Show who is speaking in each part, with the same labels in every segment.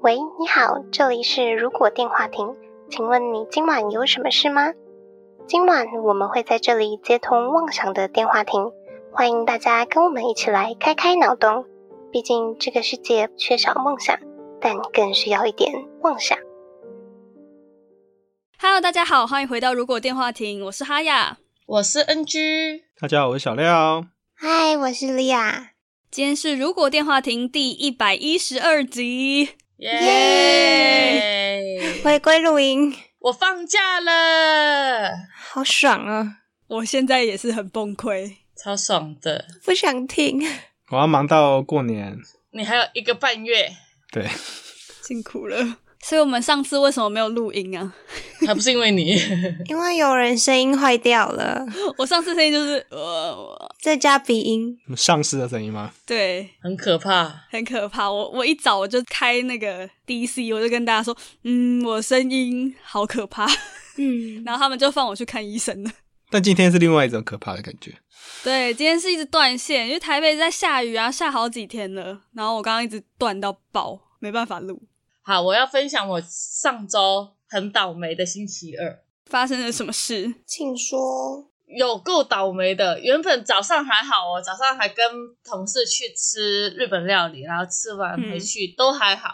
Speaker 1: 喂，你好，这里是如果电话亭，请问你今晚有什么事吗？今晚我们会在这里接通妄想的电话亭，欢迎大家跟我们一起来开开脑洞。毕竟这个世界缺少梦想，但更需要一点妄想。
Speaker 2: Hello，大家好，欢迎回到《如果电话亭》，我是哈雅。
Speaker 3: 我是 NG，
Speaker 4: 大家好，我是小廖。
Speaker 1: 嗨，我是莉亚。
Speaker 2: 今天是《如果电话亭》第一百一十二集，
Speaker 3: 耶！
Speaker 5: 回归录音，
Speaker 3: 我放假了，
Speaker 5: 好爽啊！
Speaker 2: 我现在也是很崩溃。
Speaker 3: 超爽的。
Speaker 5: 不想听，
Speaker 4: 我要忙到过年，
Speaker 3: 你还有一个半月，
Speaker 4: 对，
Speaker 2: 辛苦了。所以我们上次为什么没有录音啊？
Speaker 3: 还不是因为你？
Speaker 5: 因为有人声音坏掉了，
Speaker 2: 我上次声音就是呃，
Speaker 5: 再加鼻音，
Speaker 4: 丧尸的声音吗？
Speaker 2: 对，
Speaker 3: 很可怕，
Speaker 2: 很可怕。我我一早我就开那个 DC，我就跟大家说，嗯，我声音好可怕。
Speaker 5: 嗯，
Speaker 2: 然后他们就放我去看医生了。
Speaker 4: 但今天是另外一种可怕的感觉。
Speaker 2: 对，今天是一直断线，因为台北在下雨啊，下好几天了。然后我刚刚一直断到爆，没办法录。
Speaker 3: 好，我要分享我上周很倒霉的星期二，
Speaker 2: 发生了什么事？
Speaker 5: 请说。
Speaker 3: 有够倒霉的。原本早上还好哦，早上还跟同事去吃日本料理，然后吃完回去、都还好。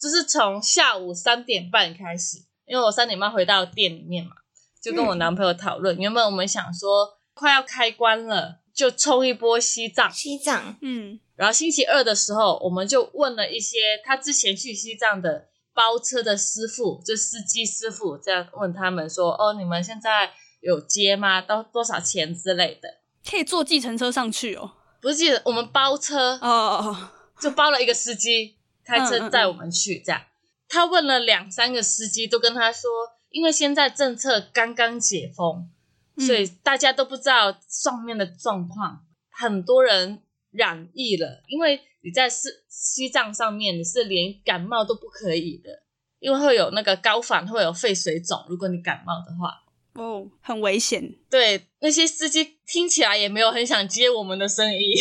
Speaker 3: 就是从下午三点半开始，因为我三点半回到店里面嘛，就跟我男朋友讨论。原本我们想说快要开关了，就冲一波西藏。
Speaker 5: 西藏，
Speaker 2: 嗯，
Speaker 3: 然后星期二的时候，我们就问了一些他之前去西藏的包车的师傅，就司机师傅，这样问他们说：“哦，你们现在有接吗？到多少钱之类的
Speaker 2: 可以坐计程车上去哦。？”
Speaker 3: 不是记得我们包车，
Speaker 2: 哦哦
Speaker 3: 就包了一个司机开
Speaker 2: 嗯
Speaker 3: 车
Speaker 2: 嗯
Speaker 3: 载我们去，这样。他问了两三个司机，都跟他说，因为现在政策刚刚解封，
Speaker 2: 嗯
Speaker 3: 所以大家都不知道上面的状况，很多人染疫了。因为你在西西藏上面，你是连感冒都不可以的，因为会有那个高反，会有肺水肿，如果你感冒的话。
Speaker 2: 哦，哦，很危险，
Speaker 3: 对，那些司机听起来也没有很想接我们的生意。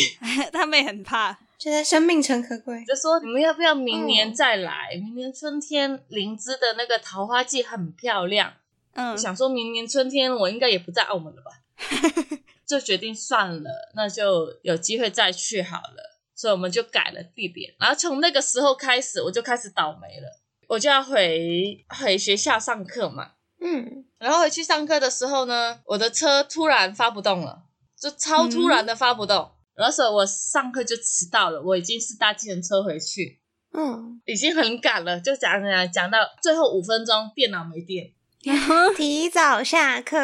Speaker 2: 他们也很怕。
Speaker 5: 觉得生命诚可贵。
Speaker 3: 就说你们要不要明年再来？明年春天灵芝的那个桃花季很漂亮，
Speaker 2: 嗯
Speaker 3: 我，想说明年春天我应该也不在澳门了吧，就决定算了，那就有机会再去好了。所以我们就改了地点，然后从那个时候开始我就开始倒霉了，我就要回回学校上课嘛。
Speaker 5: 嗯，
Speaker 3: 然后回去上课的时候呢，我的车突然发不动了，就超突然的发不动，然后所以我上课就迟到了，我已经是搭计程车回去。
Speaker 5: 嗯，
Speaker 3: 已经很赶了，就讲讲讲到最后五分钟，电脑没电，
Speaker 5: 嗯提早下课，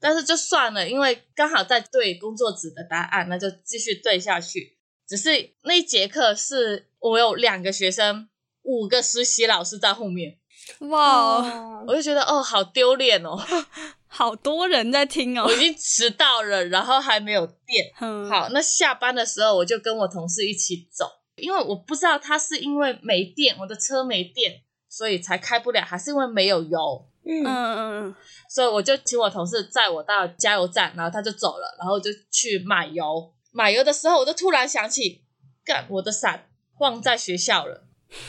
Speaker 3: 但是就算了，因为刚好在对工作纸的答案，那就继续对下去。只是那一节课是我有两个学生，五个实习老师在后面，
Speaker 2: 哇哦，
Speaker 5: 哦，
Speaker 3: 我就觉得哦，好丢脸哦，
Speaker 2: 好多人在听哦
Speaker 3: 我。已经迟到了，然后还没有电。
Speaker 2: 嗯，，
Speaker 3: 好，那下班的时候我就跟我同事一起走，因为我不知道他是因为没电，我的车没电，所以才开不了，还是因为没有油。
Speaker 2: 嗯
Speaker 5: 嗯，
Speaker 2: 嗯嗯，
Speaker 3: 所以我就请我同事载我到加油站，然后他就走了，然后我就去买油。买油的时候，我就突然想起，干我的伞忘在学校了，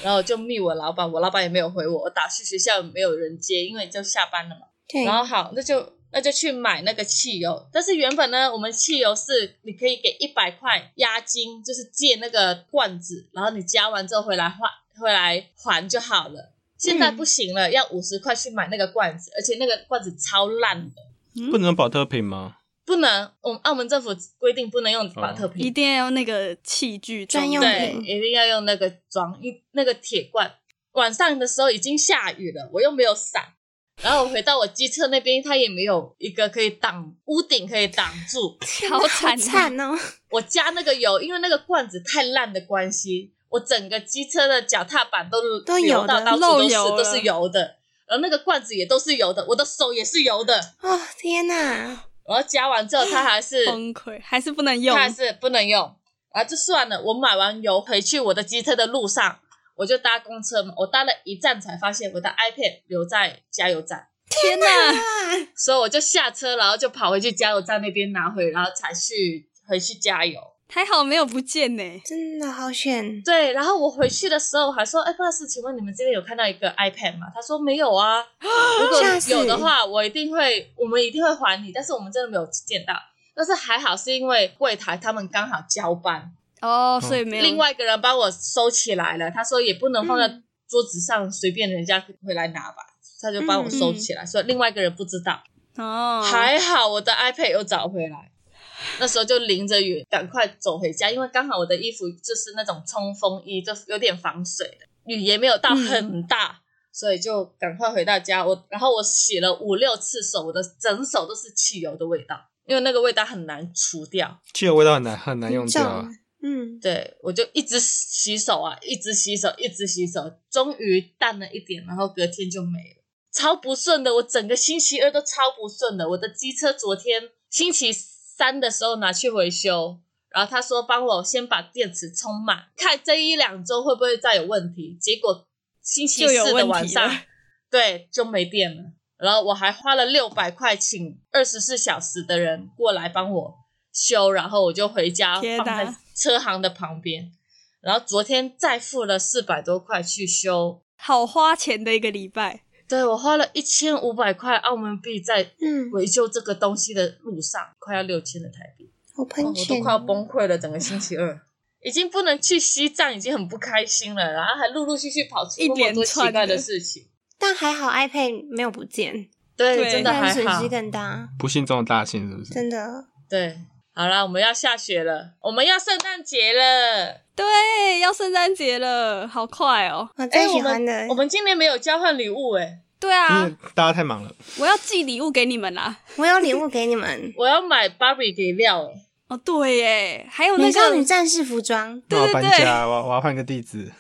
Speaker 3: 然后我就密我老板，我老板也没有回我，我打去学校没有人接，因为就下班了嘛。
Speaker 5: 对，
Speaker 3: 然后好，那就那就去买那个汽油。但是原本呢，我们汽油是你可以给一百块押金，就是借那个罐子，然后你加完之后回来换，回来还就好了。现在不行了，要五十块去买那个罐子，而且那个罐子超烂的，
Speaker 2: 嗯
Speaker 4: 不能保特瓶吗？
Speaker 3: 不能。我们澳门政府规定不能用保特
Speaker 2: 一
Speaker 3: 瓶，
Speaker 2: 定要用那个器具
Speaker 5: 专用
Speaker 3: 对
Speaker 5: 品，
Speaker 3: 一定要用那个装一那个铁罐。晚上的时候已经下雨了，我又没有伞，然后我回到我机车那边，它也没有一个可以挡屋顶可以挡住，
Speaker 2: 好
Speaker 5: 好
Speaker 2: 惨啊
Speaker 5: 惨哦，
Speaker 3: 我加那个油，因为那个罐子太烂的关系，我整个机车的脚踏板都
Speaker 5: 都
Speaker 3: 流
Speaker 5: 有
Speaker 3: 到
Speaker 5: 的
Speaker 3: 到处都
Speaker 2: 漏
Speaker 3: 是
Speaker 2: 油了
Speaker 3: 都是油的，然后那个罐子也都是油的，我的手也是油的。
Speaker 5: 哦，天哪，
Speaker 3: 然后加完之后，它还是
Speaker 2: 崩溃，还是不能
Speaker 3: 它
Speaker 2: 用。
Speaker 3: 还是不能用，啊，就算了。我买完油回去我的机车的路上，我就搭公车嘛，我搭了一站才发现我的 iPad 留在加油站。
Speaker 2: 天哪，
Speaker 3: 所以我就下车，然后就跑回去加油站那边拿回，然后才去回去加油。
Speaker 2: 还好没有不见呢、
Speaker 5: 真的好险，
Speaker 3: 对，然后我回去的时候我还说，哎，不好意思，请问你们这边有看到一个 iPad 吗？他说没有啊，如果
Speaker 5: 吓死
Speaker 3: 有的话，我一定会，我们一定会还你，但是我们真的没有见到。但是还好是因为柜台他们刚好交班，
Speaker 2: 哦，所以没有。嗯
Speaker 3: 另，外一个人帮我收起来了。他说也不能放在桌子上，随便人家回来拿吧。他就帮我收起来，所以另外一个人不知道。
Speaker 2: 嗯哦，
Speaker 3: 还好我的 iPad 又找回来，那时候就淋着雨赶快走回家，因为刚好我的衣服就是那种冲锋衣，就有点防水的，雨也没有到很大，所以就赶快回到家。我然后我洗了五六次手，我的整手都是汽油的味道，因为那个味道很难除掉。
Speaker 4: 汽油味道很难很难用
Speaker 5: 很
Speaker 4: 掉
Speaker 5: 重
Speaker 4: 啊。
Speaker 5: 嗯，
Speaker 3: 对，我就一直洗手啊，一直洗手，一直洗手，终于淡了一点，然后隔天就没了，超不顺的。我整个星期二都超不顺的。我的机车昨天星期三的时候拿去维修，然后他说帮我先把电池充满，看这一两周会不会再有问题。结果星期
Speaker 2: 就有
Speaker 3: 四的
Speaker 2: 问
Speaker 3: 晚
Speaker 2: 题
Speaker 3: 上
Speaker 2: 了，
Speaker 3: 对，就没电了。然后我还花了六百块请二十四小时的人过来帮我修，然后我就回家
Speaker 2: 天
Speaker 3: 放
Speaker 2: 哪
Speaker 3: 在车行的旁边。然后昨天再付了四百多块去修，
Speaker 2: 好花钱的一个礼拜。
Speaker 3: 对我花了一千五百块澳门币在
Speaker 5: 嗯，
Speaker 3: 维修这个东西的路上，快要六千的台币，
Speaker 5: 好
Speaker 3: 哦
Speaker 5: 喷
Speaker 3: 我
Speaker 5: 钱
Speaker 3: 都快要崩溃了。整个星期二已经不能去西藏，已经很不开心了，然后还陆陆续续跑出
Speaker 2: 一
Speaker 3: 那么
Speaker 2: 连
Speaker 3: 多奇
Speaker 2: 串
Speaker 3: 怪的
Speaker 2: 的
Speaker 3: 事情。
Speaker 5: 但还好 iPad 没有不见，
Speaker 3: 对，
Speaker 2: 对
Speaker 3: 真的还
Speaker 5: 但损
Speaker 3: 好
Speaker 5: 失。更大，
Speaker 4: 不幸中的大幸，是不是？
Speaker 5: 真的。
Speaker 3: 对，好啦，我们要下雪了，我们要圣诞节了。
Speaker 2: 对，要圣诞节了，好快哦！
Speaker 5: 我
Speaker 3: 哎
Speaker 5: 最喜欢的
Speaker 3: 我们，我们今年没有交换礼物哎、，
Speaker 2: 对
Speaker 4: 因
Speaker 2: 啊
Speaker 4: 为，大家太忙了，
Speaker 2: 我要寄礼物给你们啦。
Speaker 5: 我有礼物给你们
Speaker 3: 我要买芭比给料哎、
Speaker 2: 哦，对耶，还有那
Speaker 5: 美少女
Speaker 2: 个
Speaker 5: 战士服装，
Speaker 4: 我
Speaker 2: 对
Speaker 4: 要
Speaker 2: 对
Speaker 4: 搬
Speaker 2: 对
Speaker 4: 家，我要我要换个地址。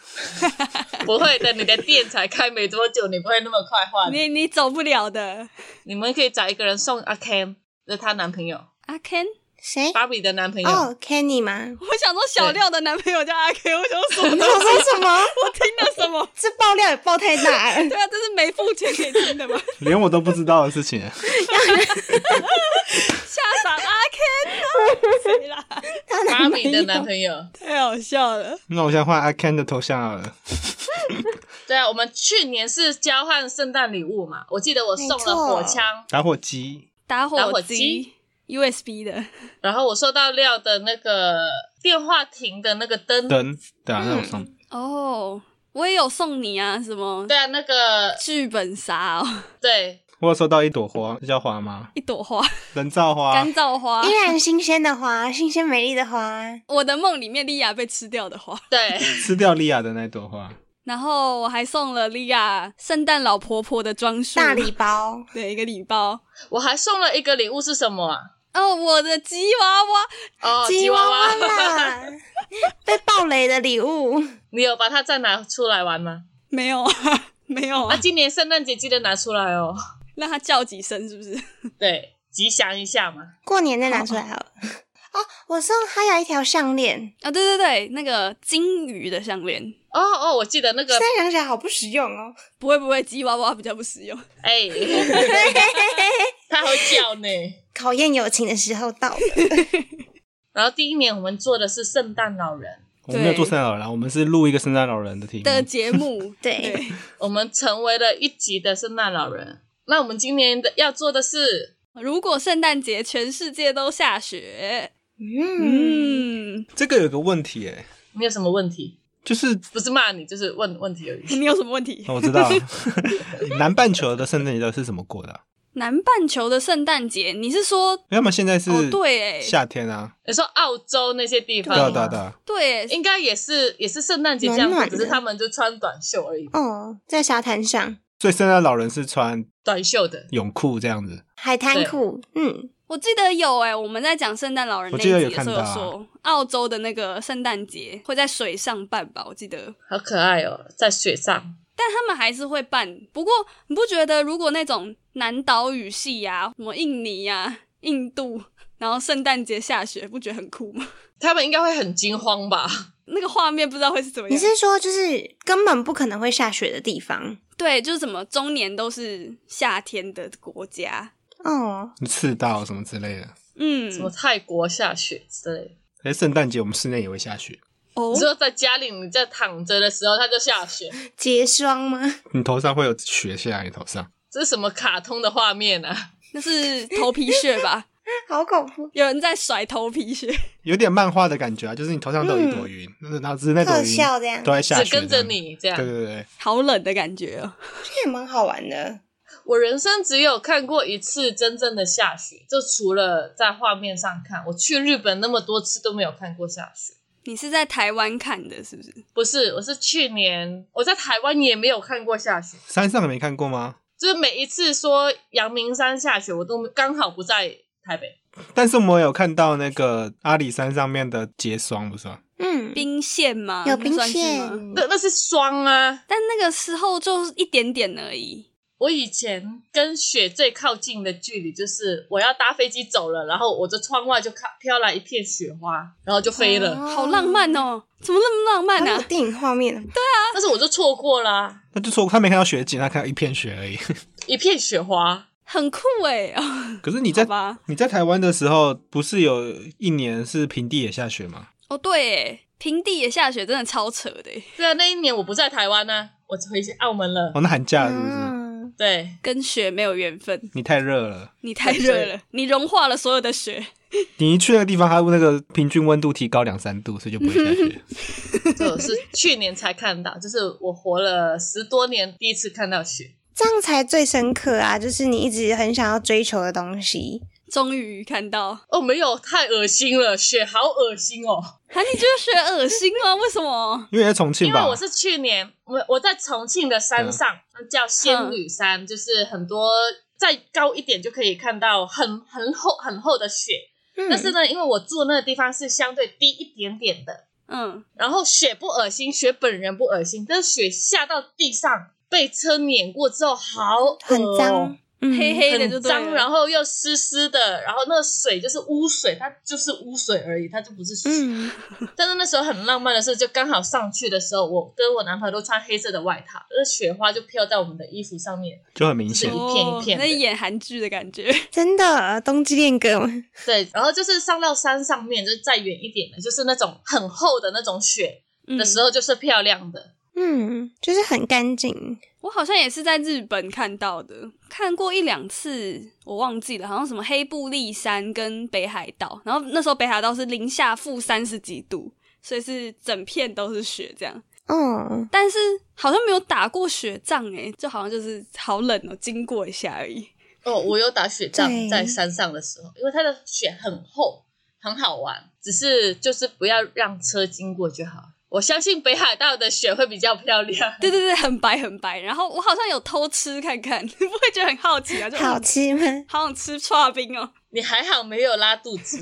Speaker 3: 不会的，你的店才开没多久，你不会那么快换。
Speaker 2: 你你走不了的。
Speaker 3: 你们可以找一个人送阿 Ken，就是她男朋友，
Speaker 2: 阿 Ken，
Speaker 5: 谁？
Speaker 3: 芭比的男朋友。
Speaker 5: 哦，Kenny 吗？
Speaker 2: 我想说小廖的男朋友叫阿 Ken，我想说什么
Speaker 5: 你想说什么？
Speaker 2: 我听到什么？
Speaker 5: 这爆料也爆太大 了，
Speaker 2: 对啊，这是没付钱给听的吗？
Speaker 4: 连我都不知道的事情，
Speaker 2: 吓傻阿 Ken 啊 谁啦？
Speaker 5: 她
Speaker 3: 芭
Speaker 5: 男
Speaker 3: 比的
Speaker 5: 朋
Speaker 3: 男
Speaker 5: 友。
Speaker 3: 朋友，
Speaker 2: 太好笑了。
Speaker 4: 那我先换阿 Ken 的头像好了。
Speaker 3: 对啊，我们去年是交换圣诞礼物嘛，我记得我送
Speaker 5: 没
Speaker 3: 了
Speaker 5: 错
Speaker 3: 火枪，
Speaker 4: 打火机，
Speaker 2: 打
Speaker 3: 打火
Speaker 2: 火
Speaker 3: 机
Speaker 2: 机 USB 的，
Speaker 3: 然后我收到料的那个电话亭的那个灯，
Speaker 4: 灯，对
Speaker 2: 嗯
Speaker 4: 啊，那我送。
Speaker 2: 哦，我也有送你啊，什么
Speaker 3: 对啊，那个
Speaker 2: 剧本杀哦，
Speaker 3: 对，
Speaker 4: 我有收到一朵花，这叫花吗？
Speaker 2: 一朵花，
Speaker 4: 人造花
Speaker 2: 干，燥花
Speaker 5: 依，然新鲜的花，新鲜美丽的花，
Speaker 2: 我的梦里面莉亚被吃掉的花。
Speaker 3: 对，
Speaker 4: 吃掉莉亚的那朵花。
Speaker 2: 然后我还送了莉亚圣诞老婆婆的装束，
Speaker 5: 大礼包，
Speaker 2: 对一个礼包。
Speaker 3: 我还送了一个礼物是什么啊？
Speaker 2: 哦，我的吉娃娃，
Speaker 3: 哦，
Speaker 5: 吉
Speaker 3: 吉娃
Speaker 5: 娃娃
Speaker 3: 娃，
Speaker 5: 啦， 被暴雷的礼物，
Speaker 3: 你有把它再拿出来玩吗？
Speaker 2: 没有啊， 没有
Speaker 3: 啊，
Speaker 2: 啊，
Speaker 3: 今年圣诞节记得拿出来哦。
Speaker 2: 让她叫几声是不是？
Speaker 3: 对，吉祥一下嘛。
Speaker 5: 过年再拿出来好了。 哦，我送哈雅一条项链，
Speaker 2: 啊，对对对，那个金鱼的项链，
Speaker 3: 哦哦，我记得那个
Speaker 5: 现，在想起来好不实用 哦。
Speaker 2: 不会不会，吉娃娃比较不实用。
Speaker 3: 哎， 它会叫呢。
Speaker 5: 考验友情的时候到了，
Speaker 3: 然后第一年我们做的是圣诞老人，
Speaker 4: 我们没有
Speaker 2: 对
Speaker 4: 做圣诞老人啊，我们是录一个圣诞老人的题目。
Speaker 2: 的节目，
Speaker 5: 对
Speaker 2: 对，
Speaker 3: 我们成为了一集的圣诞老人。那我们今年的要做的是，
Speaker 2: 如果圣诞节全世界都下雪，
Speaker 5: 嗯，
Speaker 2: 嗯，
Speaker 4: 这个有个问题哎，
Speaker 3: 你有什么问题？
Speaker 4: 就是
Speaker 3: 不是骂你，就是问问题而已。
Speaker 2: 你有什么问题？
Speaker 4: 哦我知道南半球的圣诞节到底是怎么过的啊？
Speaker 2: 南半球的圣诞节，你是说？
Speaker 4: 要么现在是
Speaker 2: 哦，对，哎，
Speaker 4: 夏天啊，
Speaker 3: 你说澳洲那些地
Speaker 4: 对
Speaker 5: 嗯
Speaker 3: 方
Speaker 4: 啊
Speaker 3: 吗，
Speaker 4: 对啊对啊，
Speaker 2: 对，哎
Speaker 3: 应该也是也是圣诞节这样
Speaker 5: 暖暖
Speaker 3: 子，
Speaker 5: 的
Speaker 3: 只是他们就穿短袖而已，
Speaker 5: 哦，在沙滩上，
Speaker 4: 所以圣诞老人是穿
Speaker 3: 短袖的。
Speaker 4: 泳裤这样子，
Speaker 5: 海滩裤，嗯，
Speaker 2: 我记得有哎、我们在讲圣诞老人
Speaker 4: 我
Speaker 2: 那一
Speaker 4: 记得有
Speaker 2: 集的时候
Speaker 4: 看
Speaker 2: 有
Speaker 4: 到啊
Speaker 2: 说，澳洲的那个圣诞节会在水上办吧？我记得，
Speaker 3: 好可爱哦，在雪上。
Speaker 2: 但他们还是会办。不过你不觉得，如果那种南岛语系呀、什么印尼呀、印度，然后圣诞节下雪，不觉得很酷吗？
Speaker 3: 他们应该会很惊慌吧？
Speaker 2: 那个画面不知道会是怎么
Speaker 5: 你
Speaker 2: 样。
Speaker 5: 是说就是根本不可能会下雪的地方？
Speaker 2: 对，就是什么中年都是夏天的国家，
Speaker 5: 哦，
Speaker 4: 赤道什么之类的。
Speaker 2: 嗯
Speaker 3: 什么泰国下雪之类的。
Speaker 4: 可是圣诞节我们室内也会下雪，
Speaker 2: 哦
Speaker 3: 只有在家里你在躺着的时候，它就下 雪，
Speaker 5: 结霜吗？
Speaker 4: 你头上会有雪下在你头上。
Speaker 3: 这是什么卡通的画面啊？
Speaker 2: 那是头皮屑吧？
Speaker 5: 好恐怖！
Speaker 2: 有人在甩头皮屑，
Speaker 4: 有点漫画的感觉啊，就是你头上都有一朵云，那然后只是那
Speaker 5: 嗯
Speaker 4: 朵
Speaker 5: 特
Speaker 4: 云
Speaker 5: 效这样
Speaker 4: 都在下
Speaker 3: 只
Speaker 4: 雪，
Speaker 3: 跟着。你这
Speaker 4: 对
Speaker 3: 样。
Speaker 4: 对对，
Speaker 2: 好冷的感觉哦。
Speaker 5: 这也蛮好玩的。
Speaker 3: 我人生只有看过一次真正的下雪，就除了在画面上看，我去日本那么多次都没有看过下雪。
Speaker 2: 你是在台湾看的，是不
Speaker 5: 嗯
Speaker 2: 是？
Speaker 3: 不是，我是去年我在台湾也没有看过下雪，
Speaker 4: 山上没看过吗？
Speaker 3: 就是每一次说阳明山下雪，我都刚好不在台北。
Speaker 4: 但是我们有看到那个阿里山上面的结霜，不是吗？
Speaker 5: 嗯，
Speaker 2: 冰线吗？
Speaker 5: 有
Speaker 2: 那
Speaker 5: 冰
Speaker 2: 算是
Speaker 5: 线，
Speaker 2: 吗
Speaker 3: 那那是霜啊！
Speaker 2: 但那个时候就是一点点而已。
Speaker 3: 我以前跟雪最靠近的距离就是我要搭飞机走了，然后我的窗外就看飘来一片雪花，然后就飞了。
Speaker 5: 哦
Speaker 2: 好浪漫哦！怎么那么浪漫
Speaker 5: 还有
Speaker 2: 啊？
Speaker 5: 电影画面，
Speaker 3: 但是我就错过啦、
Speaker 4: 那就说他没看到雪景，他看到一片雪而已。
Speaker 3: 一片雪花。
Speaker 2: 很酷哎！
Speaker 4: 可是你在
Speaker 2: 好吧
Speaker 4: 你在台湾的时候，不是有一年是平地也下雪吗？
Speaker 2: 哦，对耶，平地也下雪，真的超扯的欸耶，
Speaker 3: 对啊，那一年我不在台湾呢、啊我回去澳门了。
Speaker 4: 哦，那寒假是不是？
Speaker 5: 嗯，
Speaker 3: 对，
Speaker 2: 跟雪没有缘分。
Speaker 4: 你太热了，
Speaker 2: 你太热了，你融化了所有的雪。
Speaker 4: 你一去那个地方，它那个平均温度提高两三度，所以就不会下雪。
Speaker 3: 这我是去年才看到，就是我活了十多年第一次看到雪。
Speaker 5: 这样才最深刻啊！就是你一直很想要追求的东西，
Speaker 2: 终于看到
Speaker 3: 哦，没有，太恶心了，雪好恶心哦！
Speaker 2: 啊！你觉得雪恶心吗？为什么？
Speaker 4: 因为在重庆
Speaker 3: 因为
Speaker 4: 吧，
Speaker 3: 我是去年我我在重庆的山上，
Speaker 5: 嗯
Speaker 3: 叫仙女山，就是很多再高一点就可以看到很很厚很厚的雪。
Speaker 5: 嗯
Speaker 3: 但是呢，因为我住那个地方是相对低一点点的，
Speaker 2: 嗯，
Speaker 3: 然后雪不恶心，雪本人不恶心，但是雪下到地上被车碾过之后，好恶哦
Speaker 5: 很脏，嗯
Speaker 2: 黑黑的就
Speaker 3: 很
Speaker 2: 对了
Speaker 3: 脏，然后又湿湿的，然后那个水就是污水，它就是污水而已，它就不是水。
Speaker 5: 嗯，
Speaker 3: 但是那时候很浪漫的是，就刚好上去的时候，我跟我男朋友都穿黑色的外套，那雪花就飘在我们的衣服上面。
Speaker 4: 就很明显
Speaker 3: 是。一片一片
Speaker 2: 哦
Speaker 3: 的
Speaker 2: 那演韩剧的感觉。
Speaker 5: 真的呃冬季恋歌吗？
Speaker 3: 对，然后就是上到山上面，就是再远一点的，就是那种很厚的那种雪
Speaker 2: 嗯
Speaker 3: 的时候，就是漂亮的。
Speaker 5: 嗯，就是很干净，
Speaker 2: 我好像也是在日本看到的，看过一两次，我忘记了，好像什么黑布利山跟北海道，然后那时候北海道是零下负三十几度，所以是整片都是雪这样，
Speaker 5: 哦，
Speaker 2: 但是好像没有打过雪仗诶、就好像就是好冷哦、经过一下而已。
Speaker 3: 哦，我有打雪仗
Speaker 5: 对
Speaker 3: 在山上的时候，因为它的雪很厚，很好玩，只是就是不要让车经过就好。我相信北海道的雪会比较漂亮。
Speaker 2: 对对对，很白很白。然后我好像有偷吃看看， 你不会觉得很好奇啊？就
Speaker 5: 好
Speaker 2: 嗯
Speaker 5: 吃吗？
Speaker 2: 好想吃刨冰哦，
Speaker 3: 你还好没有拉肚子，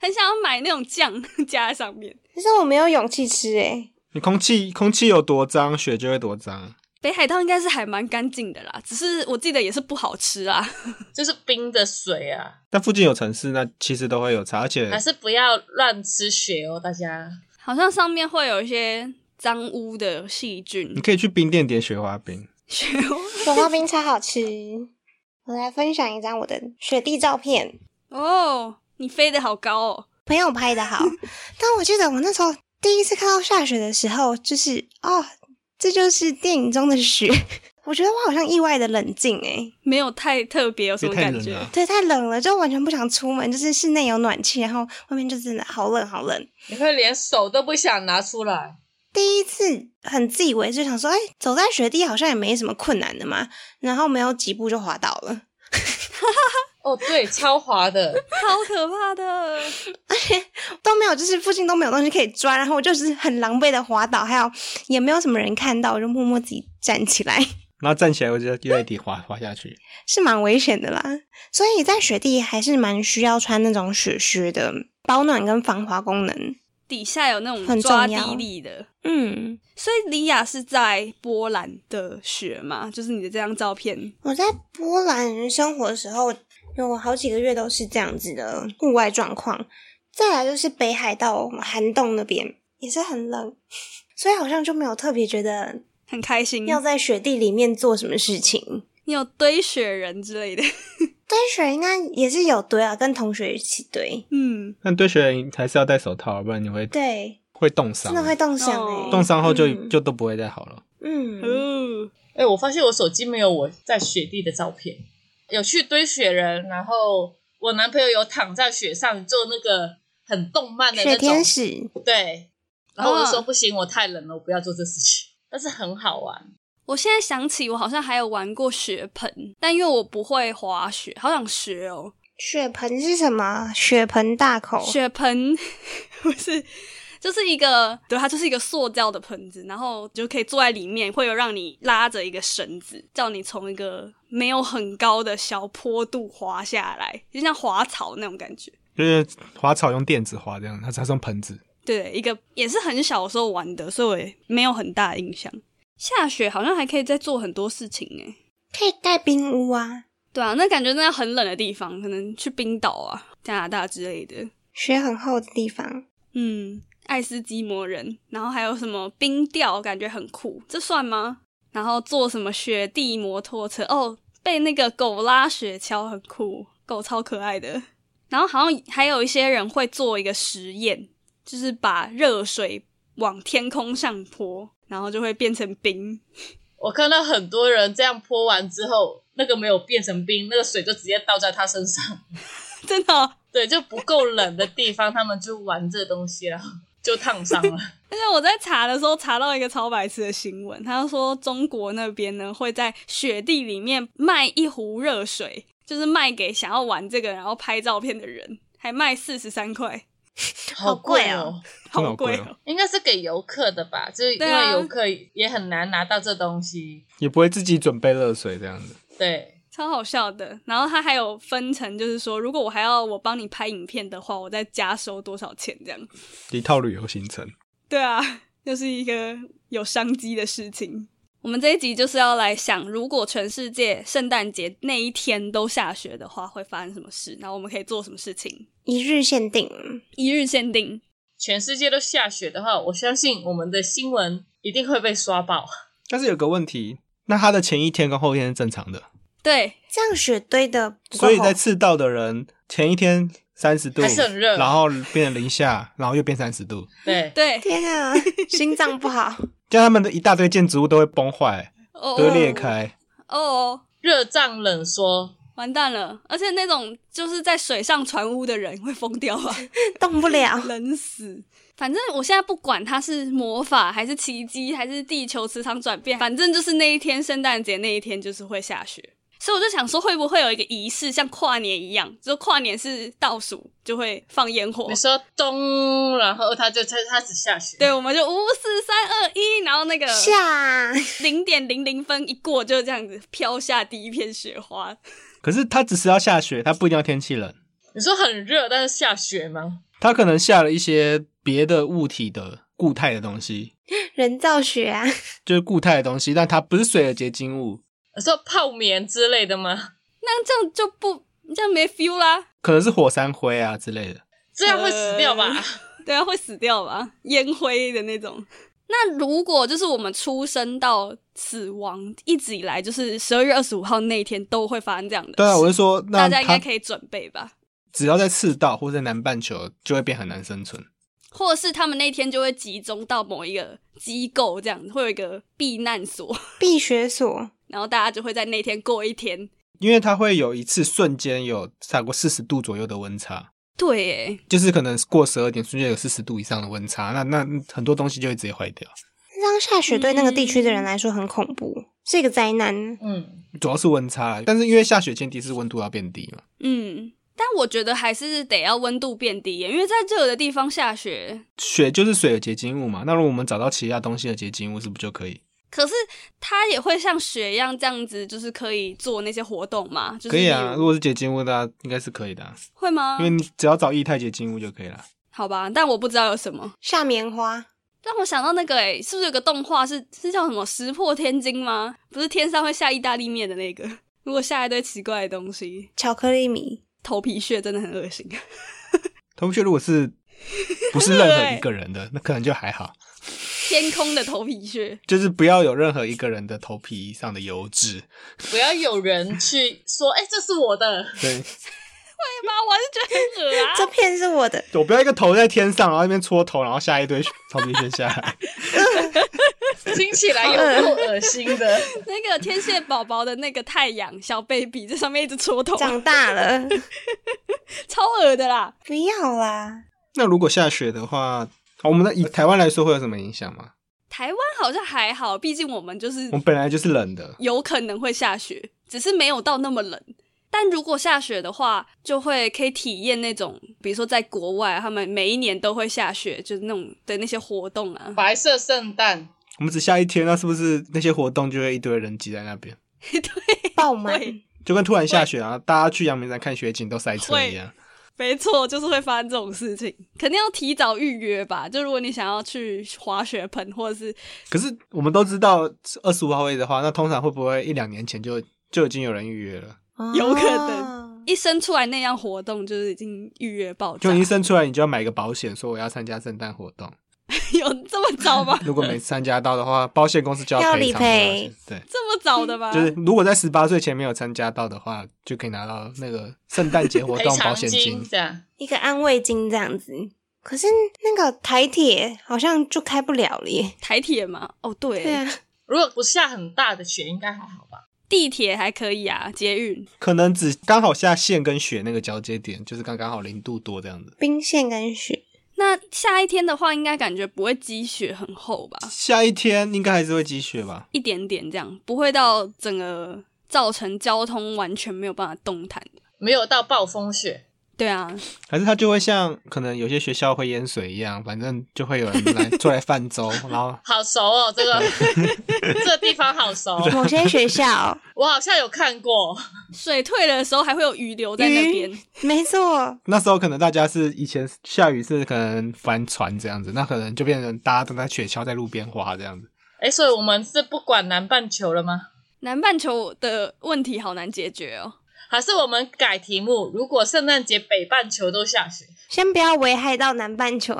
Speaker 2: 很想要买那种酱 加在上面。
Speaker 5: 可是我没有勇气吃欸诶、
Speaker 4: 你空气空气有多脏，雪就会多脏。
Speaker 2: 北海道应该是还蛮干净的啦，只是我记得也是不好吃啊。
Speaker 3: 就是冰的水啊，
Speaker 4: 但附近有城市，那其实都会有差，而且
Speaker 3: 还是不要乱吃雪哦，大家。
Speaker 2: 好像上面会有一些脏污的细菌
Speaker 4: 你。可以去冰店点雪花冰。
Speaker 2: 雪花
Speaker 5: 雪花冰超好吃。 我来分享一张我的雪地照片，
Speaker 2: 哦，你飞得好高哦，
Speaker 5: 朋友拍的好，但我记得我那时候第一次看到下雪的时候，就是哦，这就是电影中的雪。 我觉得我好像意外的冷静欸诶、
Speaker 2: 没有太特别，有什么
Speaker 4: 因为太
Speaker 2: 感
Speaker 4: 冷
Speaker 2: 觉
Speaker 4: 了？
Speaker 5: 对，太冷了，就完全不想出门，就是室内有暖气，然后外面就真的好冷好冷。
Speaker 3: 你会连手都不想拿出来，
Speaker 5: 第一次很自以为是，想说，哎、走在雪地好像也没什么困难的嘛，然后没有几步就滑倒了。
Speaker 3: 哦，对，超滑的，
Speaker 2: 超可怕的！
Speaker 5: 都没有，就是附近都没有东西可以抓，然后我就是很狼狈的滑倒，还有也没有什么人看到，我就默默自己站起来，
Speaker 4: 然后站起来，我就又在底滑滑下去。
Speaker 5: 是蛮危险的啦。所以在雪地还是蛮需要穿那种雪靴的，保暖跟防滑功能。
Speaker 2: 底下有那种
Speaker 5: 很重
Speaker 2: 抓
Speaker 5: 要
Speaker 2: 地力的。
Speaker 5: 嗯，
Speaker 2: 所以李雅是在波兰的雪嘛，就是你的这张照片
Speaker 5: 我在波兰生活的时候，有好几个月都是这样子的户外状况。再来就是北海道寒洞那边也是很冷，所以好像就没有特别觉得
Speaker 2: 很开心。
Speaker 5: 要在雪地里面做什么事情。
Speaker 2: 你有堆雪人之类的，
Speaker 5: 堆雪应该也是有堆啊，跟同学一起堆。
Speaker 2: 嗯，
Speaker 4: 但堆雪人还是要戴手套，不然你会
Speaker 5: 对，
Speaker 4: 会冻伤啊
Speaker 5: 真，的会冻伤
Speaker 2: 哦
Speaker 5: 哎，
Speaker 4: 冻伤后就、
Speaker 5: 嗯
Speaker 4: 就都不会再好了。
Speaker 5: 嗯，
Speaker 2: 哦，
Speaker 3: 哎、我发现我手机没有我在雪地的照片，有去堆雪人，然后我男朋友有躺在雪上做那个很动漫的那
Speaker 5: 雪
Speaker 3: 种
Speaker 5: 天，使
Speaker 3: 对。然后我就说
Speaker 2: 嗯
Speaker 3: 不行，我太冷了，我不要做这事情。但是很好玩，
Speaker 2: 我现在想起我好像还有玩过雪盆，但因为我不会滑雪，好想学哦。
Speaker 5: 血盆是什么？血盆大口，
Speaker 2: 雪盆 不是，就是一个对，它就是一个塑胶的盆子，然后就可以坐在里面，会有让你拉着一个绳子，叫你从一个没有很高的小坡度滑下来，就像滑草那种感觉。
Speaker 4: 就是滑草用垫子滑这样，它它是用盆子。
Speaker 2: 对，一个也是很小的时候玩的，所以我也没有很大的印象。下雪好像还可以再做很多事情哎、
Speaker 5: 可以盖冰屋啊，
Speaker 2: 对啊，那感觉那很冷的地方，可能去冰岛啊、加拿大之类的。
Speaker 5: 雪很厚的地方。
Speaker 2: 嗯，爱斯基摩人，然后还有什么冰钓，感觉很酷，这算吗？然后坐什么雪地摩托车，哦，被那个狗拉雪橇，很酷，狗超可爱的。然后好像还有一些人会做一个实验，就是把热水往天空上泼，然后就会变成冰。
Speaker 3: 我看到很多人这样泼完之后，那个没有变成冰，那个水就直接倒在他身上。
Speaker 2: 真的哦、
Speaker 3: 对，就不够冷的地方，他们就玩这东西了，就烫伤了。
Speaker 2: 而且我在查的时候查到一个超白痴的新闻，他说中国那边呢会在雪地里面卖一壶热水，就是卖给想要玩这个然后拍照片的人，还卖四十三块，
Speaker 5: 好贵
Speaker 3: 贵
Speaker 5: 哦！
Speaker 4: 真的
Speaker 2: 好
Speaker 4: 好贵
Speaker 2: 贵
Speaker 4: 哦
Speaker 2: 哦、
Speaker 3: 应该是给游客的吧，就是因
Speaker 2: 对啊
Speaker 3: 为游客也很难拿到这东西。
Speaker 4: 也不会自己准备热水这样子。
Speaker 3: 对，
Speaker 2: 超好笑的。然后他还有分成，就是说如果我还要我帮你拍影片的话，我再加收多少钱这样。
Speaker 4: 一套旅游行程，
Speaker 2: 对啊， 又是一个有商机的事情。我们这一集就是要来想，如果全世界圣诞节那一天都下雪的话，会发生什么事？然后我们可以做什么事情？
Speaker 5: 一日限定，
Speaker 2: 一日限定，
Speaker 3: 全世界都下雪的话，我相信我们的新闻一定会被刷 爆。
Speaker 4: 但是有个问题，那它的前一天跟后天是正常的，
Speaker 2: 对，
Speaker 5: 这样雪堆的不够
Speaker 4: 所
Speaker 5: 厚，
Speaker 4: 以在赤道的人前一天三十度
Speaker 3: 还是很热
Speaker 4: 然后变成零下，然后又变三十度，
Speaker 3: 对，
Speaker 2: 对，
Speaker 5: 天啊， 心脏不好，
Speaker 4: 这样他们的一大堆建筑物都会崩坏，
Speaker 2: 哦
Speaker 4: 都会裂开。
Speaker 2: 哦哦，
Speaker 3: 热胀冷缩，
Speaker 2: 完蛋了！哦而且那种就是在水上船屋的人会疯掉啊吧，
Speaker 5: 动不了。
Speaker 2: 冷死。反正我现在不管它是魔法还是奇迹还是地球磁场转变，反正就是那一天圣诞节那一天就是会下雪，所以我就想说会不会有一个仪式像跨年一样，就跨年是倒数就会放烟火
Speaker 3: 你，说咚，然后它就它它只下雪。
Speaker 2: 对，我们就五四三二一，然后那个
Speaker 5: 下
Speaker 2: 零点零零分一过就这样子飘下第一片雪花，
Speaker 4: 可是它只是要下雪，它不一定要天气冷，
Speaker 3: 你说很热，但是下雪吗？
Speaker 4: 它可能下了一些别的物体的固态的东西，
Speaker 5: 人造雪啊，
Speaker 4: 就是固态的东西，但它不是水的结晶物，
Speaker 3: 你说泡棉之类的吗？
Speaker 2: 那这样就不这样没 feel 啦，
Speaker 4: 可能是火山灰啊之类的。
Speaker 3: 这样会死掉吧？
Speaker 2: 对啊，会死掉吧，烟灰的那种。那如果就是我们出生到死亡，一直以来就是十二月二十五号那一天都会发生这样的事，
Speaker 4: 对啊，我是说，那
Speaker 2: 大家应该
Speaker 4: 它
Speaker 2: 可以准备吧，
Speaker 4: 只要在赤道或者在南半球，就会变很难生存。
Speaker 2: 或者是他们那天就会集中到某一个机构，这样会有一个避难所，
Speaker 5: 避雪所，
Speaker 2: 然后大家就会在那天过一天。
Speaker 4: 因为它会有一次瞬间有超过四十度左右的温差，
Speaker 2: 对耶，
Speaker 4: 就是可能过十二点瞬间有四十度以上的温差，那那很多东西就会直接坏掉，
Speaker 5: 这样下雪对那个地区的人来说很恐怖，是一个灾难。
Speaker 3: 嗯，
Speaker 4: 主要是温差啦。但是因为下雪前提是温度要变低嘛，
Speaker 2: 嗯，但我觉得还是得要温度变低耶，因为在热的地方下雪，
Speaker 4: 雪就是水的结晶物嘛，那如果我们找到其他东西的结晶物，是不是就可以？
Speaker 2: 可是它也会像雪一样这样子，就是可以做那些活动嘛？就是、
Speaker 4: 可以啊，如，果是结晶物，大家应该是可以的啊、
Speaker 2: 会吗
Speaker 4: 因？为你只要找液态结晶物就可以了。
Speaker 2: 好吧，但我不知道有什么。
Speaker 5: 下棉花，
Speaker 2: 让我想到那个、欸，是不是有个动画是是叫什么《石破天惊》吗？不是天上会下意大利面的那个，如果下一堆奇怪的东西，
Speaker 5: 巧克力米，
Speaker 2: 头皮屑真的很恶心。
Speaker 4: 同学，如果是不是任何一个人的，那可能就还好。
Speaker 2: 天空的头皮屑。哎
Speaker 4: 就是不要有任何一个人的头皮上的油脂。
Speaker 3: 不要有人去说，哎、这是我的，
Speaker 4: 对，
Speaker 2: 对吧？我还是觉得很 恶啊。
Speaker 5: 这片是我的，
Speaker 4: 我不要一个头在天上，然后在那边搓头，然后下一堆头皮屑下来。
Speaker 3: 听起来有够恶心的。
Speaker 2: 那个天线宝宝的那个太阳小 baby 在上面一直戳头，
Speaker 5: 长大 了，
Speaker 2: 超恶的啦。
Speaker 5: 不要啦。
Speaker 4: 那如果下雪的话，我们的以台湾来说会有什么影响吗？
Speaker 2: 台湾好像还好，毕竟我们就是
Speaker 4: 我们本来就是冷的，
Speaker 2: 有可能会下雪，只是没有到那么冷。但如果下雪的话，就会可以体验那种，比如说在国外，他们每一年都会下雪，就是那种的那些活动啊，
Speaker 3: 白色圣诞，
Speaker 4: 我们只下一天，那是不是那些活动就会一堆人挤在那边？
Speaker 5: 爆满，
Speaker 2: 会
Speaker 4: 就跟突然下雪啊，大家去阳明山看雪景都塞车一样。
Speaker 2: 没错，就是会发生这种事情，肯定要提早预约吧。就如果你想要去滑雪盆，或者是
Speaker 4: 可是我们都知道二十五号位的话，那通常会不会一两年前就就已经有人预约了？
Speaker 2: 有可
Speaker 5: 哦
Speaker 2: 能一生出来那样活动，就是已经预约爆炸
Speaker 4: 就，一生出来你就要买个保险，说我要参加圣诞活动。？
Speaker 2: 有这么早 吗
Speaker 4: 如果没参加到的话，保险公司就
Speaker 5: 要
Speaker 4: 赔
Speaker 5: 理
Speaker 4: 偿多少
Speaker 5: 赔
Speaker 4: 钱。对，
Speaker 2: 这么早的吧？
Speaker 4: 就是如果在十八岁前没有参加到的话，就可以拿到那个圣诞节活
Speaker 3: 赔
Speaker 4: 动保
Speaker 3: 偿
Speaker 4: 险
Speaker 3: 金
Speaker 4: 金。
Speaker 3: 这样。
Speaker 5: 一个安慰金这样子。可是那个台铁好像就开不了了耶。
Speaker 2: 台铁嘛，哦对，
Speaker 5: 对啊，
Speaker 3: 如果不下很大的雪，应该还好吧？
Speaker 2: 地铁还可以啊，捷运
Speaker 4: 可能只刚好下线跟雪那个交接点，就是刚刚好零度多这样子。
Speaker 5: 冰线跟雪，
Speaker 2: 那下一天的话，应该感觉不会积雪很厚吧？
Speaker 4: 下一天应该还是会积雪吧？
Speaker 2: 一点点这样，不会到整个造成交通完全没有办法动弹。
Speaker 3: 没有到暴风雪，
Speaker 2: 对啊，
Speaker 4: 还是它就会像可能有些学校会淹水一样，反正就会有人来做来泛舟，然后
Speaker 3: 好熟哦，这个 这个地方好熟，哦
Speaker 5: 某些学校，
Speaker 3: 我好像有看过。
Speaker 2: 水退了的时候还会有余留在那边，
Speaker 5: 没错，
Speaker 4: 那时候可能大家是以前下雨是可能帆船这样子，那可能就变成大家都在雪橇在路边滑这样子。
Speaker 3: 哎，所以我们是不管南半球了吗？
Speaker 2: 南半球的问题好难解决哦。
Speaker 3: 还是我们改题目？如果圣诞节北半球都下雪，
Speaker 5: 先不要危害到南半球。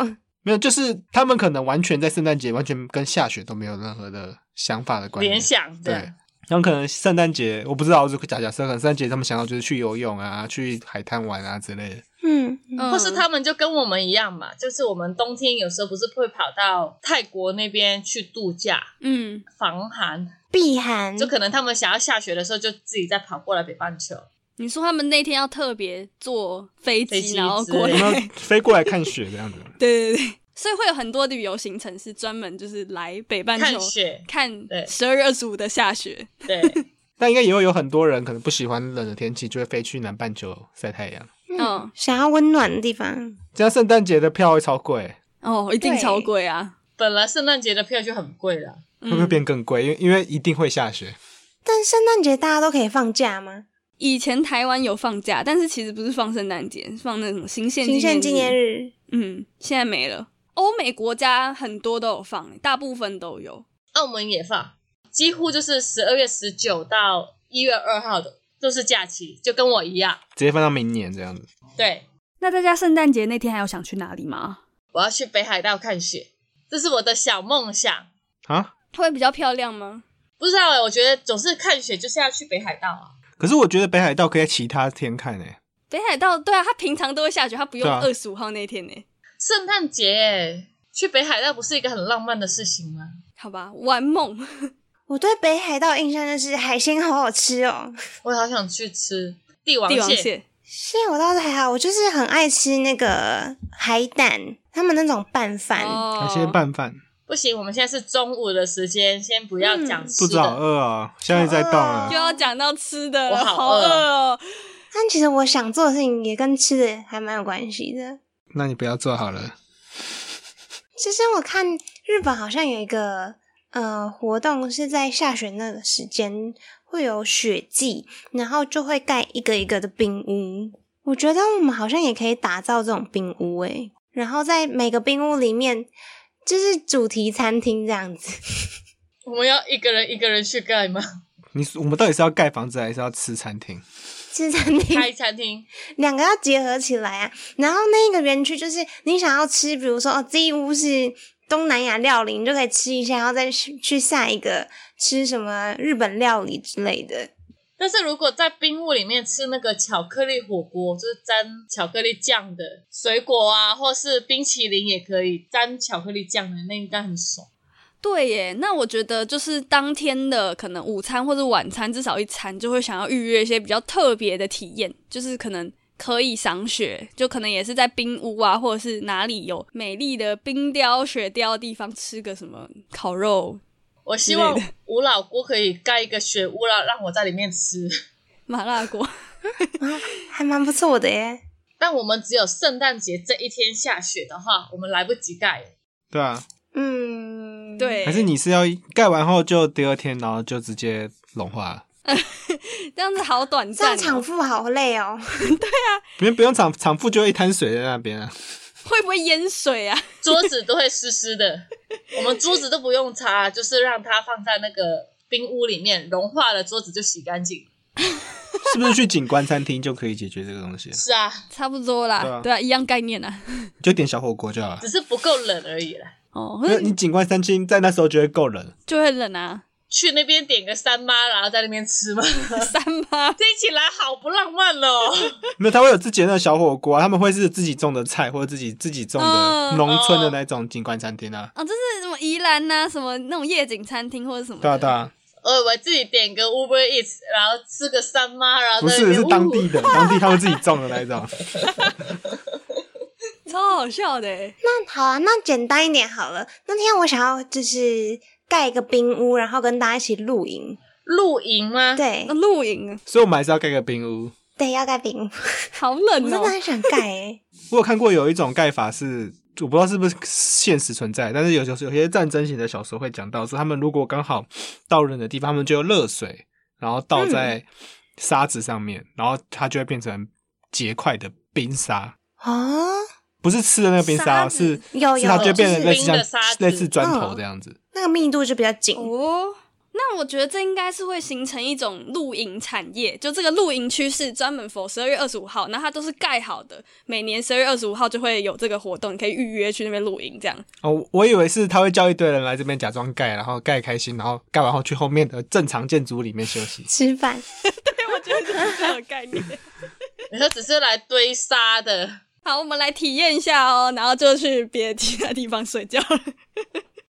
Speaker 4: 没有，就是他们可能完全在圣诞节完全跟下雪都没有任何的想法的关
Speaker 3: 联
Speaker 4: 联。
Speaker 3: 想这
Speaker 4: 对
Speaker 3: 样，，
Speaker 4: 他们可能圣诞节我不知道，就假假设可能圣诞节他们想要就是去游泳啊，去海滩玩啊之类的。
Speaker 5: 嗯，
Speaker 2: 嗯、
Speaker 3: 或是他们就跟我们一样嘛，就是我们冬天有时候不是会跑到泰国那边去度假
Speaker 2: 嗯，
Speaker 3: 防寒，
Speaker 5: 避寒
Speaker 3: 就可能他们想要下雪的时候，就自己再跑过来北半球。
Speaker 2: 你说他们那天要特别坐飞
Speaker 3: 飞机
Speaker 2: 机，然后
Speaker 3: 之
Speaker 2: 过
Speaker 4: 有
Speaker 2: 来
Speaker 3: 类，
Speaker 4: 没有飞过来看雪这样子？
Speaker 2: 对对对，所以会有很多旅游行程是专门就是来北半球
Speaker 3: 看雪，
Speaker 2: 看
Speaker 3: 对
Speaker 2: 十二月二十五的下雪。
Speaker 3: 对，
Speaker 4: 但应该也会有很多人可能不喜欢冷的天气，就会飞去南半球晒太阳。
Speaker 2: 嗯，
Speaker 5: 想要温暖的地方，
Speaker 4: 这样圣诞节的票会超贵，
Speaker 2: 哦，一定
Speaker 5: 对
Speaker 2: 超贵啊！嗯
Speaker 3: 本来圣诞节的票就很贵了，
Speaker 4: 会不会变更贵？因为因为一定会下雪。
Speaker 5: 但圣诞节大家都可以放假吗？
Speaker 2: 以前台湾有放假，但是其实不是放圣诞节，是放那什么新宪
Speaker 5: 行宪纪念
Speaker 2: 日。
Speaker 5: 日，
Speaker 2: 嗯，现在没了。欧美国家很多都有放，大部分都有。
Speaker 3: 澳门也放，几乎就是十二月十九到一月二号的都是假期，就跟我一样。
Speaker 4: 直接放到明年这样子，
Speaker 3: 对，
Speaker 2: 那大家圣诞节那天还有想去哪里吗？
Speaker 3: 我要去北海道看雪，这是我的小梦想。
Speaker 4: 啊？
Speaker 2: 会比较漂亮吗？
Speaker 3: 不知道哎、我觉得总是看雪就是要去北海道啊。
Speaker 4: 可是我觉得北海道可以在其他天看欸诶、
Speaker 2: 北海道对啊，它平常都会下雪，它不用
Speaker 4: 对啊
Speaker 2: 二十五号那天呢、
Speaker 3: 圣诞节耶去北海道不是一个很浪漫的事情吗？
Speaker 2: 好吧，玩梦。
Speaker 5: 我对北海道印象就是海鲜好好吃哦。
Speaker 3: 我也好想去吃帝王
Speaker 2: 帝
Speaker 3: 蟹，
Speaker 2: 王蟹，
Speaker 5: 蟹我倒是还好，我就是很爱吃那个海胆，他们那种拌饭。
Speaker 4: 海
Speaker 2: 哦
Speaker 4: 鲜拌饭，
Speaker 3: 不行，我们现在是中午的时间，先不要讲吃
Speaker 2: 嗯
Speaker 4: 肚子好
Speaker 3: 的。
Speaker 4: 饿啊、现在在动了
Speaker 2: 又。要讲到吃的
Speaker 3: 我
Speaker 2: 了，
Speaker 3: 好
Speaker 2: 好
Speaker 3: 饿
Speaker 2: 哦。
Speaker 5: 但其实我想做的事情也跟吃的还蛮有关系的。
Speaker 4: 那你不要做好了。
Speaker 5: 其实我看日本好像有一个呃活动是在下雪那个时间会有雪季，然后就会盖一个一个的冰屋。我觉得我们好像也可以打造这种冰屋诶、然后在每个冰屋里面就是主题餐厅这样子。
Speaker 3: 我们要一个人一个人去盖吗？
Speaker 4: 你我们到底是要盖房子还是要吃餐厅？
Speaker 5: 吃餐厅
Speaker 3: 开餐厅，
Speaker 5: 两个要结合起来啊。然后那一个园区就是你想要吃，比如说哦，这一屋是东南亚料理，你就可以吃一下，然后再去去下一个吃什么日本料理之类的。
Speaker 3: 但是如果在冰屋里面吃那个巧克力火锅，就是沾巧克力酱的水果啊，或是冰淇淋也可以沾巧克力酱的，那应该很爽。
Speaker 2: 对耶，那我觉得就是当天的可能午餐或者晚餐，至少一餐就会想要预约一些比较特别的体验，就是可能可以赏雪，就可能也是在冰屋啊，或者是哪里有美丽的冰雕、雪雕的地方吃个什么烤肉，
Speaker 3: 我希望吴老锅可以盖一个雪屋啦，让我在里面吃。
Speaker 2: 麻辣锅。
Speaker 5: 啊，还蛮不错的耶。
Speaker 3: 但我们只有圣诞节这一天下雪的话，我们来不及盖。
Speaker 4: 对啊，
Speaker 5: 嗯，，
Speaker 2: 对，
Speaker 4: 还是你是要盖完后就第二天，然后就直接融化了，
Speaker 2: 这样子好短
Speaker 5: 这
Speaker 2: 暂、
Speaker 5: 样
Speaker 2: 哦，
Speaker 5: 产妇好累哦。
Speaker 4: 不用不用厂厂妇就一滩水在那边啊。
Speaker 2: 会不会淹水啊？
Speaker 3: 桌子都会湿湿的，我们桌子都不用擦，就是让它放在那个冰屋里面融化了，桌子就洗干净。
Speaker 4: 是不是去景观餐厅就可以解决这个东西？
Speaker 3: 是啊，
Speaker 2: 差不多啦，
Speaker 4: 对啊
Speaker 2: 一样概念啦。
Speaker 4: 就点小火锅就好了
Speaker 3: 只。是不够冷而已啦。
Speaker 2: 哦，
Speaker 4: 那你景观餐厅在那时候就会够冷，
Speaker 2: 就会冷啊，
Speaker 3: 去那边点个三妈，然后在那边吃嘛， 听
Speaker 2: 三八
Speaker 3: 起来好不浪漫哦。
Speaker 4: 没有，他会有自己的那个小火锅、啊，他们会是自己种的菜或者自己自己种的
Speaker 2: 嗯
Speaker 4: 农村的那种景观餐厅啊。
Speaker 2: 哦，这是什么宜兰呐、什么那种夜景餐厅或者什么的？
Speaker 4: 对啊对啊，
Speaker 3: 呃我以为自己点个 Uber Eats，然后吃个三妈，然后
Speaker 4: 不
Speaker 3: 在那
Speaker 4: 是
Speaker 3: 边
Speaker 4: 是当
Speaker 3: 呜
Speaker 4: 地的，当地他们自己种的那一种。
Speaker 2: 超好笑的欸。
Speaker 5: 那好啊，那简单一点好了。那天我想要就是盖一个冰屋，然后跟大家一起露营。
Speaker 3: 露营吗？
Speaker 5: 对
Speaker 2: 那，露营啊，
Speaker 4: 所以我们还是要盖个冰屋。
Speaker 5: 对，要盖 冰屋，
Speaker 2: 好
Speaker 5: 我
Speaker 2: 冷
Speaker 5: 真
Speaker 2: 哦、
Speaker 5: 的很想盖 诶。
Speaker 4: 我有看过有一种盖法是，我不知道是不是现实存在，但是有有有些战争型的小说会讲到说，他们如果刚好到人的地方，他们就用热水，然后倒在沙子上面，然后它就会变成结块的冰沙，
Speaker 5: 哦，
Speaker 4: 不是吃的那个冰沙
Speaker 2: 沙
Speaker 4: 哦，
Speaker 2: 子
Speaker 4: 是
Speaker 5: 有
Speaker 4: 是它
Speaker 5: 有，
Speaker 4: 就变得类
Speaker 5: 是
Speaker 3: 冰
Speaker 4: 似像
Speaker 3: 的沙子
Speaker 4: 类似砖头这样子。
Speaker 5: 那个密度就比较紧。
Speaker 2: 哦。那我觉得这应该是会形成一种露营产业，就这个露营区是专门 for 十二月二十五号，那它都是盖好的，每年十二月二十五号就会有这个活动，你可以预约去那边露营这 样。
Speaker 4: 哦，我以为是他会叫一堆人来这边假装盖，然后盖开心，然后盖完后去后面的正常建筑物里面休息。
Speaker 5: 吃饭，
Speaker 2: 对，我觉得这是这个概念。
Speaker 3: 你说只是来堆沙的，
Speaker 2: 好，我们来体验一下哦，然后就去别的其他地方睡觉了。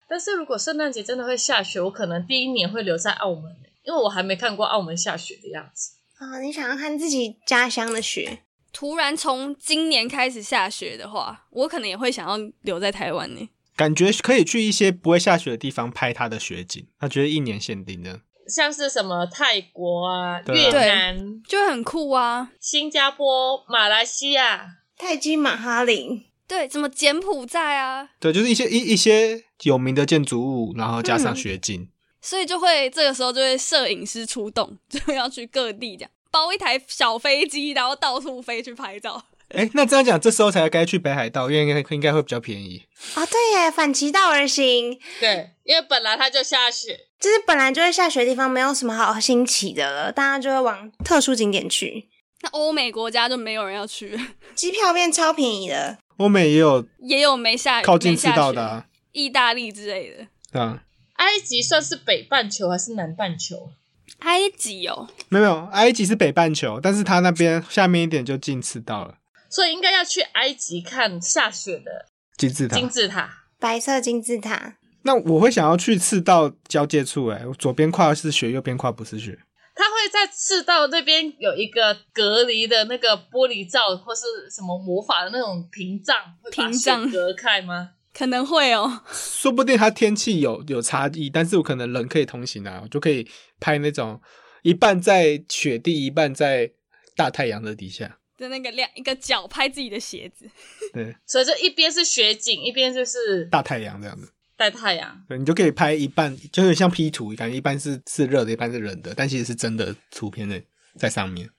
Speaker 3: 但是如果圣诞节真的会下雪，我可能第一年会留在澳门、因为我还没看过澳门下雪的样子。
Speaker 5: 啊、你想要看自己家乡的雪，
Speaker 2: 突然从今年开始下雪的话，我可能也会想要留在台湾呢。
Speaker 4: 感觉可以去一些不会下雪的地方拍它的雪景，他觉得一年限定的。
Speaker 3: 像是什么泰国啊、
Speaker 4: 对
Speaker 3: 越
Speaker 4: 啊
Speaker 3: 南、
Speaker 2: 就会很酷啊。
Speaker 3: 新加坡、马来西亚，
Speaker 5: 泰姬玛哈陵，
Speaker 2: 对，什么柬埔寨啊，
Speaker 4: 对，就是一些一一些有名的建筑物，然后加上雪景，
Speaker 2: 所以就会这个时候就会摄影师出动，就要去各地这样包一台小飞机，然后到处飞去拍照。
Speaker 4: 哎、那这样讲，这时候才该去北海道，因为应该应该会比较便宜。
Speaker 5: 哦，对耶，反其道而行，
Speaker 3: 对，因为本来它就下雪，
Speaker 5: 就是本来就会下雪的地方，没有什么好新奇的了，大家就会往特殊景点去，
Speaker 2: 那欧美国家就没有人要去，
Speaker 5: 机票变超便宜的。
Speaker 4: 欧美也有
Speaker 2: 也有没下
Speaker 4: 靠近
Speaker 2: 没
Speaker 4: 赤
Speaker 2: 下
Speaker 4: 道
Speaker 2: 雪
Speaker 4: 的、啊，
Speaker 2: 意大利之类的，
Speaker 4: 对啊，
Speaker 3: 埃及算是北半球还是南半球？
Speaker 2: 埃及哦，
Speaker 4: 没有没有，埃及是北半球，但是它那边下面一点就进赤道了，
Speaker 3: 所以应该要去埃及看下雪的
Speaker 4: 金字塔。
Speaker 3: 金字塔。
Speaker 5: 白色金字塔，
Speaker 4: 那我会想要去赤道交界处、哎，我左边跨是雪，右边跨不是雪。
Speaker 3: 它会在赤道那边有一个隔离的那个玻璃罩或是什么魔法的那种屏障，会把
Speaker 2: 屏障
Speaker 3: 雪隔开吗？
Speaker 2: 可能会哦。
Speaker 4: 说不定它天气有有差异，但是我可能人可以通行啊，我就可以拍那种一半在雪地，一半在大太阳的底下。
Speaker 2: 的那个两一个脚拍自己的鞋子，
Speaker 4: 对，
Speaker 3: 所以这一边是雪景，一边就是
Speaker 4: 大太阳这样子，
Speaker 3: 带太阳。
Speaker 4: 对你就可以拍一半，就有点像 P 图，感觉一半是是热的，一半是冷的，但其实是真的图片在在上面。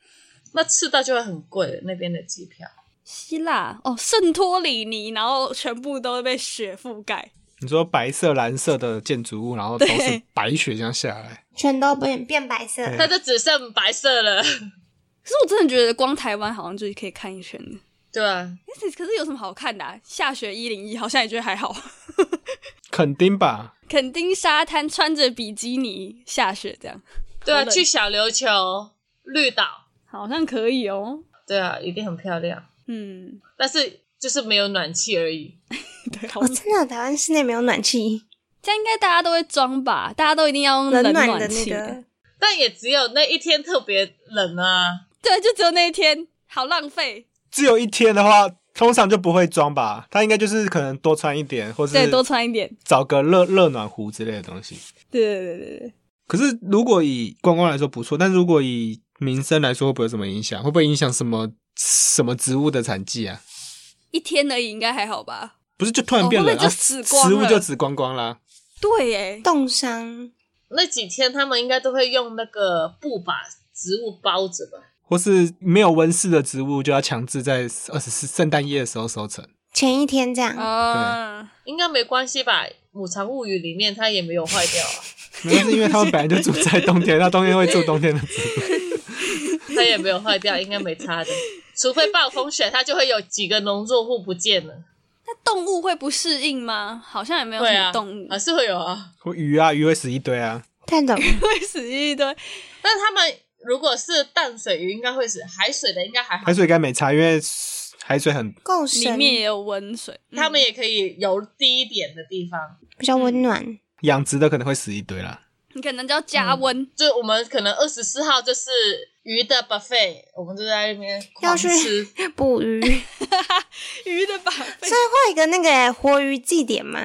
Speaker 3: 那赤道就会很贵了，那边的机票。
Speaker 2: 希腊哦，圣托里尼，然后全部都被雪覆盖，
Speaker 4: 你说白色、蓝色的建筑物，然后都是
Speaker 2: 对
Speaker 4: 白雪这样下来，
Speaker 5: 全都变变白色
Speaker 4: 对
Speaker 3: 它就只剩白色了，
Speaker 2: 可是我真的觉得光台湾好像就可以看一圈的。
Speaker 3: 对啊，
Speaker 2: 可是可是有什么好看的、啊？下雪一零一好像也觉得还好，
Speaker 4: 垦丁吧，
Speaker 2: 垦丁沙滩穿着比基尼下雪，这样
Speaker 3: 对啊，
Speaker 2: 好冷
Speaker 3: 去小琉球、绿岛，
Speaker 2: 好像可以哦。
Speaker 3: 对啊，一定很漂亮。
Speaker 2: 嗯，
Speaker 3: 但是就是没有暖气而已。
Speaker 2: 对，好
Speaker 5: 哦，真的，台湾室内没有暖气，
Speaker 2: 这样应该大家都会装吧？大家都一定要用
Speaker 5: 冷暖的
Speaker 2: 暖
Speaker 5: 那
Speaker 2: 气、
Speaker 5: 个。
Speaker 3: 但也只有那一天特别冷啊。
Speaker 2: 对，就只有那一天，好浪费。
Speaker 4: 只有一天的话，通常就不会装吧。他应该就是可能多穿一点，或
Speaker 2: 对，
Speaker 4: 是
Speaker 2: 多穿一点。
Speaker 4: 找个热热暖壶之类的东西。
Speaker 2: 对对对对对，
Speaker 4: 可是如果以观光来说不错，但如果以民生来说，会不会有什么影响？会不会影响什么什么植物的产季啊？
Speaker 2: 一天而已，应该还好吧？
Speaker 4: 不是就突然变
Speaker 2: 哦会
Speaker 4: 冷，
Speaker 2: 不会就
Speaker 4: 啊
Speaker 2: 死光
Speaker 4: 植物
Speaker 2: 了
Speaker 4: 就死光光啦。
Speaker 2: 对，哎，
Speaker 5: 冻伤，
Speaker 3: 那几天他们应该都会用那个布把植物包着吧？
Speaker 4: 或是没有温室的植物就要强制在二十四圣诞夜的时候收成。
Speaker 5: 前一天这样，
Speaker 2: 啊，
Speaker 3: 应该没关系吧？《母藏物语》里面它也没有坏掉啊，
Speaker 4: 没有，是因为他们本来就住在冬天，那冬天会住冬天的植物。
Speaker 3: 它也没有坏掉，应该没差的。除非暴风雪，它就会有几个农作物不见了。
Speaker 2: 那动物会不适应吗？好像也没有
Speaker 3: 会
Speaker 2: 什
Speaker 3: 啊
Speaker 2: 么动物，
Speaker 3: 还是会有啊。
Speaker 4: 或鱼啊，鱼会死一堆啊。
Speaker 5: 太冷了，
Speaker 2: 会死一堆。
Speaker 3: 但他们如果是淡水鱼，应该会死；海水的应该还好
Speaker 4: 海，水应该没差，因为海水很
Speaker 5: 够
Speaker 2: 里
Speaker 5: 深，
Speaker 2: 面也有温水，嗯
Speaker 3: 他们也可以游低一点的地方。
Speaker 5: 比较
Speaker 2: 嗯
Speaker 5: 温暖。
Speaker 4: 养殖的可能会死一堆啦。
Speaker 2: 你嗯可能就要加温，
Speaker 3: 就我们可能二十四号就是鱼的 buffet，我们就在那边狂
Speaker 5: 要去
Speaker 3: 吃。
Speaker 5: 捕 鱼，所
Speaker 2: 鱼的吧？
Speaker 5: 以会有一个那个活鱼祭典吗？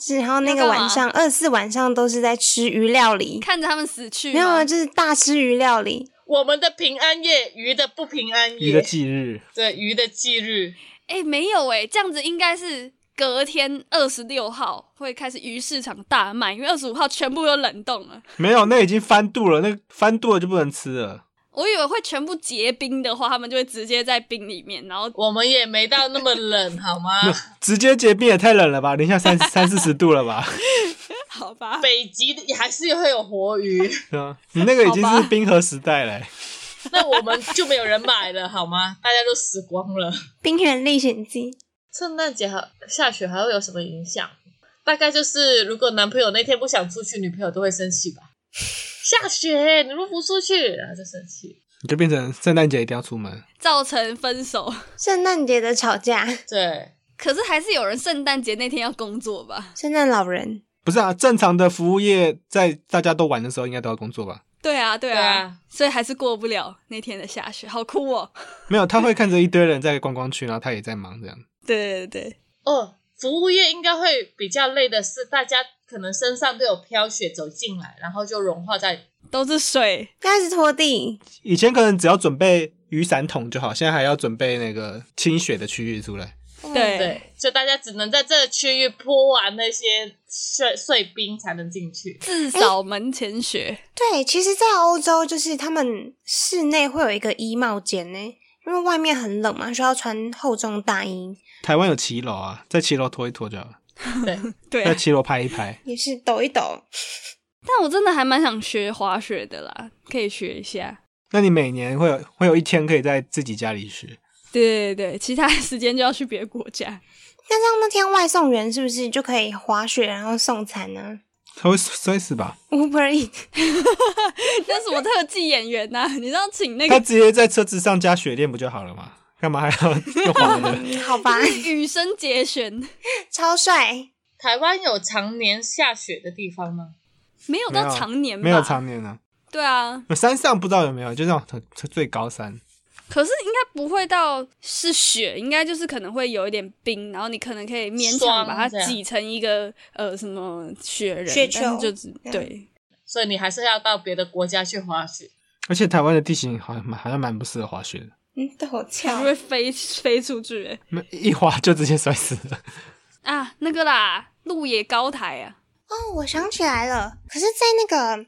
Speaker 5: 是，然后那
Speaker 2: 要
Speaker 5: 个
Speaker 2: 干嘛
Speaker 5: 晚上，二四晚上都是在吃鱼料理，
Speaker 2: 看着他们死去吗，
Speaker 5: 没有啊，就是大吃鱼料理。
Speaker 3: 我们的平安夜，鱼的不平安
Speaker 4: 鱼的
Speaker 3: 夜，
Speaker 4: 忌日，
Speaker 3: 对鱼的忌日，
Speaker 2: 哎、没有哎、这样子应该是隔天二十六号会开始鱼市场大卖，因为二十五号全部都冷冻了。
Speaker 4: 没有，那已经翻肚了，那翻肚了就不能吃了。
Speaker 2: 我以为会全部结冰的话，他们就会直接在冰里面，然后
Speaker 3: 我们也没到那么冷，好吗？
Speaker 4: 直接结冰也太冷了吧，零下三 三四十度了吧？
Speaker 2: 好吧，
Speaker 3: 北极的还是会有活鱼，
Speaker 4: 对啊，你那个已经
Speaker 2: 好
Speaker 4: 是
Speaker 2: 吧
Speaker 4: 冰河时代了欸、
Speaker 3: 那我们就没有人买了，好吗？大家都死光了。
Speaker 5: 《冰原历险记》
Speaker 3: 圣诞节还下雪还会有什么影响？大概就是如果男朋友那天不想出去，女朋友都会生气吧。下雪，你都不出去，然后就生气。
Speaker 4: 你就变成圣诞节一定要出门。
Speaker 2: 造成分手。
Speaker 5: 圣诞节的吵架，
Speaker 3: 对，
Speaker 2: 可是还是有人圣诞节那天要工作吧？
Speaker 5: 圣诞老人
Speaker 4: 不是啊，正常的服务业在大家都玩的时候应该都要工作吧？
Speaker 2: 对啊，对啊，
Speaker 3: 对啊
Speaker 2: 所以还是过不了那天的下雪，好酷哦。
Speaker 4: 没有，他会看着一堆人在观光区，然后他也在忙这样。
Speaker 2: 对对对，
Speaker 3: 哦，服务业应该会比较累的是，大家可能身上都有飘雪走进来，然后就融化在
Speaker 2: 都是水，
Speaker 5: 开始拖地，
Speaker 4: 以前可能只要准备雨伞桶就好，现在还要准备那个清雪的区域出来。
Speaker 2: 对
Speaker 3: 对，所以大家只能在这个区域泼完那些碎碎冰才能进去。
Speaker 2: 自扫门前雪。
Speaker 5: 对，其实，在欧洲就是他们室内会有一个衣帽间呢，因为外面很冷嘛，需要穿厚重大衣，
Speaker 4: 台湾有骑楼啊，在骑楼拖一拖就好了，
Speaker 3: 对，
Speaker 2: 对、
Speaker 4: 在
Speaker 2: 啊，
Speaker 4: 骑楼拍一拍。
Speaker 5: 也是抖一抖。
Speaker 2: 但我真的还蛮想学滑雪的啦，可以学一下。
Speaker 4: 那你每年会有会有一天可以在自己家里学，
Speaker 2: 对对对，其他时间就要去别的国家。
Speaker 5: 那这样那天外送员是不是就可以滑雪然后送餐呢
Speaker 4: 他会摔死吧？
Speaker 5: ？Uber Eat
Speaker 2: 那什么特技演员呐、你知道请那
Speaker 4: 他
Speaker 2: 个
Speaker 4: 直接在车子上加雪链不就好了吗？干嘛还要用滑 的？
Speaker 5: 嗯好 吧，
Speaker 2: 羽生结弦，
Speaker 5: 超帅，
Speaker 3: 台湾有常年下雪的地方吗？
Speaker 2: 没有
Speaker 4: 没
Speaker 2: 到
Speaker 4: 有
Speaker 2: 常年吧？
Speaker 4: 没有常年啊，
Speaker 2: 对啊，
Speaker 4: 山上不知道有没有，就那种很最高山。
Speaker 2: 可是应该不会到是雪，应该就是可能会有一点冰，然后你可能可以勉强
Speaker 3: 霜
Speaker 2: 把它
Speaker 3: 这样
Speaker 2: 挤成一个呃什么雪人，
Speaker 5: 雪球
Speaker 2: 但是就是
Speaker 5: 这样
Speaker 2: 对。
Speaker 3: 所以你还是要到别的国家去滑雪。
Speaker 4: 而且台湾的地形好像蛮好像蛮不适合滑雪的，
Speaker 5: 嗯，抖
Speaker 2: 它
Speaker 5: 翘
Speaker 2: 就。会飞飞出去、欸、
Speaker 4: 没一滑就直接摔死了。
Speaker 2: 啊！那个啦，路野高台啊，
Speaker 5: 哦，我想起来了，可是，在那个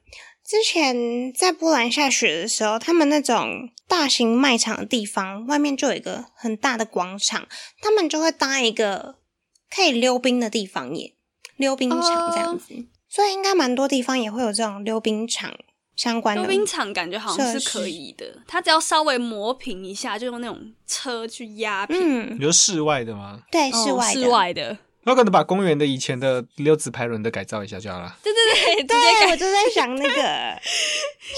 Speaker 5: 之前在波兰下雪的时候，他们那种大型卖场的地方外面就有一个很大的广场，他们就会搭一个可以溜冰的地方耶，溜冰场这样
Speaker 2: 哦
Speaker 5: 子，所以应该蛮多地方也会有这种溜冰场相关
Speaker 2: 溜
Speaker 5: 的。
Speaker 2: 冰场感觉好像是可以的，它只要稍微磨平一下，就用那种车去压平。
Speaker 5: 嗯
Speaker 4: 你，说室外的吗？
Speaker 5: 对，
Speaker 2: 哦
Speaker 5: 室外的，
Speaker 2: 室外的，
Speaker 4: 有可能把公园的以前的溜直排轮的改造一下就好了。
Speaker 2: 对 对对，直接
Speaker 5: 对，
Speaker 2: 改
Speaker 5: 我，就在想那个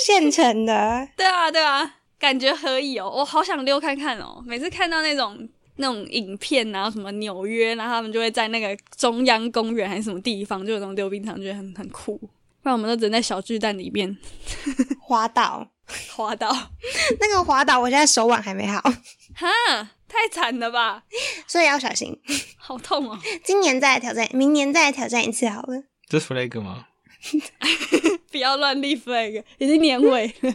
Speaker 5: 现成的，
Speaker 2: 对啊对啊，感觉可以哦，我好想溜看看哦，每次看到那种。那种影片啊，什么纽约，然后他们就会在那个中央公园还是什么地方，就有那种溜冰场，觉得很很酷。不然我们都只能在小巨蛋里面
Speaker 5: 滑倒。
Speaker 2: 滑到，
Speaker 5: 那个滑倒，我现在手腕还没好，
Speaker 2: 哈，太惨了吧，
Speaker 5: 所以要小心。
Speaker 2: 好痛哦！
Speaker 5: 今年再来挑战，明年再来挑战一次好了。
Speaker 4: 这是 flag 吗？
Speaker 2: 不要乱立 flag，已经年尾了。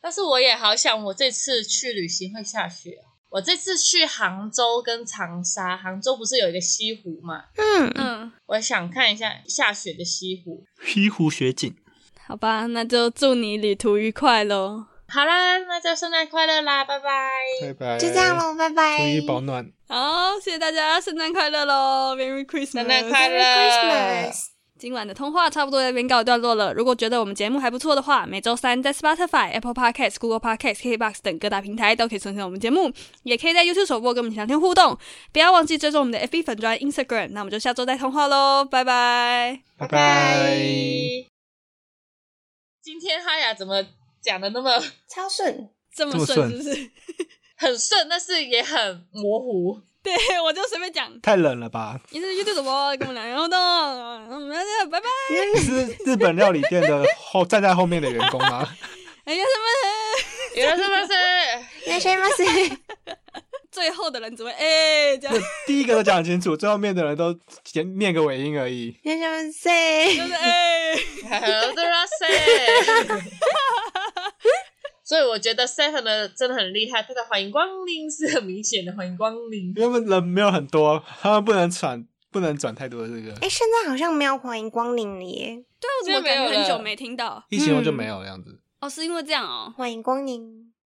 Speaker 3: 但是我也好想，我这次去旅行会下雪。啊我这次去杭州跟长沙，杭州不是有一个西湖嘛？
Speaker 5: 嗯，
Speaker 2: 嗯，
Speaker 3: 我想看一下下雪的西湖。
Speaker 4: 西湖雪景，
Speaker 2: 好吧，那就祝你旅途愉快喽。
Speaker 3: 好啦，那就圣诞快乐啦，拜拜。
Speaker 4: 拜拜，
Speaker 5: 就这样，喽，拜拜。
Speaker 4: 注意保暖。
Speaker 2: 好，谢谢大家，圣诞快乐喽，Merry Christmas！
Speaker 3: 圣诞快
Speaker 5: Merry
Speaker 3: 乐
Speaker 5: Christmas。
Speaker 2: 今晚的通话差不多在这边告一段落了。如果觉得我们节目还不错的话，每周三在 Spotify、Apple Podcast、Google Podcast、KBox 等各大平台都可以收听我们节目，也可以在 YouTube 首播跟我们聊天互动。不要忘记追踪我们的 FB 粉专 Instagram。那我们就下周再通话喽，拜拜。
Speaker 3: 拜
Speaker 4: 拜拜。。
Speaker 3: 今天哈雅怎么讲的那么
Speaker 5: 超 顺，
Speaker 2: 这么
Speaker 4: 这么
Speaker 2: 顺是不
Speaker 4: 顺
Speaker 2: 是？
Speaker 3: 很顺，但是也很模糊？
Speaker 2: 对我就随便讲，
Speaker 4: 太冷了吧？
Speaker 2: 你是 YouTube 主播，跟我们聊天互动，我们拜拜。
Speaker 4: 是日本料理店的后站在后面的员工吗？
Speaker 2: 哎呀，什么？
Speaker 3: 原来是不 是？
Speaker 5: 那谁吗？
Speaker 2: 最后的人只会哎、这样
Speaker 4: 那，第一个都讲清楚，最后面的人都先念个尾音而已。
Speaker 5: 那什么 谁
Speaker 2: 就？是 哎、
Speaker 3: 好的啦塞。 所以我觉得 Seven 的真的很厉害，他的欢迎光临是很明显的欢迎光临。
Speaker 4: 因为人没有很多，他们不能转，不能转太多的这个。
Speaker 5: 哎，现在好像没有欢迎光临了耶，
Speaker 2: 对，我怎么感觉很久没听到？
Speaker 4: 疫情后就没有这样子。
Speaker 2: 嗯哦，是因为这样哦。
Speaker 5: 欢迎光临。